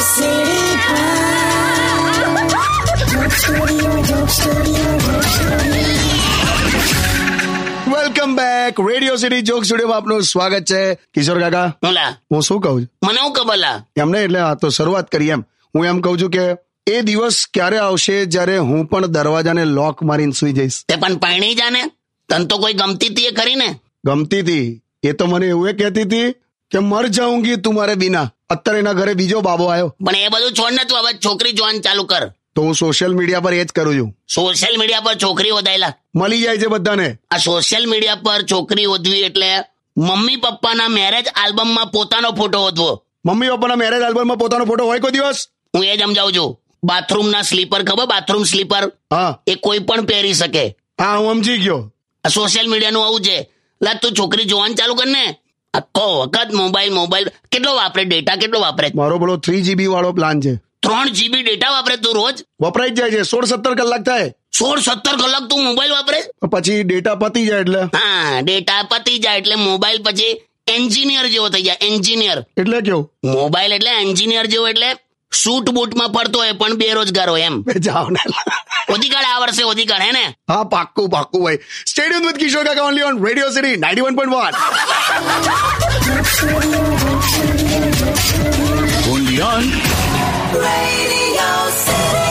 સીડી welcome back radio city joke studio આપનું સ્વાગત છે કિશોર કાકા ઓલા હું શું કહું છું મને હું કબલા એમને એટલે આ તો શરૂઆત કરી એમ હું એમ કહું છું કે એ દિવસ ક્યારે આવશે જ્યારે હું પણ દરવાજાને લોક મારીને સુઈ જઈશ તે પણ પરણી જાને તન તો કોઈ ગમતી તી એ કરીને ગમતી હતી એ તો મને એવું એ કહેતી હતી કે મર જાઉંગી તુમારે બિના અત્યારે એના ઘરે બીજો બાબો આવ્યો પણ એ બધું છોડ ને તું હવે છોકરી જોવાનું ચાલુ કર તો હું સોશિયલ મીડિયા પર એ જ કરું છું સોશિયલ મીડિયા પર છોકરી ઓદાયેલા મળી જાય છે બધાને આ સોશિયલ મીડિયા પર છોકરી ઓદવી એટલે મમ્મી પપ્પાના મેરેજ આલ્બમમાં પોતાનો ફોટો ઓદવો મમ્મી પપ્પાના મેરેજ આલ્બમમાં પોતાનો ફોટો હોય કોઈ દિવસ હું એ જ સમજાવું છું બાથરૂમના સ્લીપર ખબર બાથરૂમ સ્લીપર હા એ કોઈ પણ પહેરી શકે હા હું સમજી ગયો આ સોશિયલ મીડિયાનું આવું છે લા તું છોકરી જોવાનું ચાલુ કર ને આખો વખત મોબાઈલ મોબાઈલ કેટલો વાપરે ડેટા કેટલો વાપરે મારો બોલો થ્રી જીબી વાળો પ્લાન છે ત્રણ જીબી ડેટા વાપરે તું રોજ વપરાઈ જ જાય છે સોળ સત્તર કલાક થાય સોળ સત્તર કલાક તું મોબાઈલ વાપરે પછી ડેટા પતી જાય એટલે હા ડેટા પતી જાય એટલે મોબાઈલ પછી એન્જિનિયર જેવો થઈ જાય એન્જિનિયર એટલે કેવું મોબાઈલ એટલે એન્જિનિયર જેવો એટલે સૂટ બૂટમાં ફરતો હોય પણ બેરોજગાર હોય એમ બે જાઓ ને ઓધિકાળ આ વર્ષે ઓધિકાળ હે ને હા પાક્કું પાક્કું ભાઈ stadium with Kishore Kaka only on radio city ninety one point one Radio City.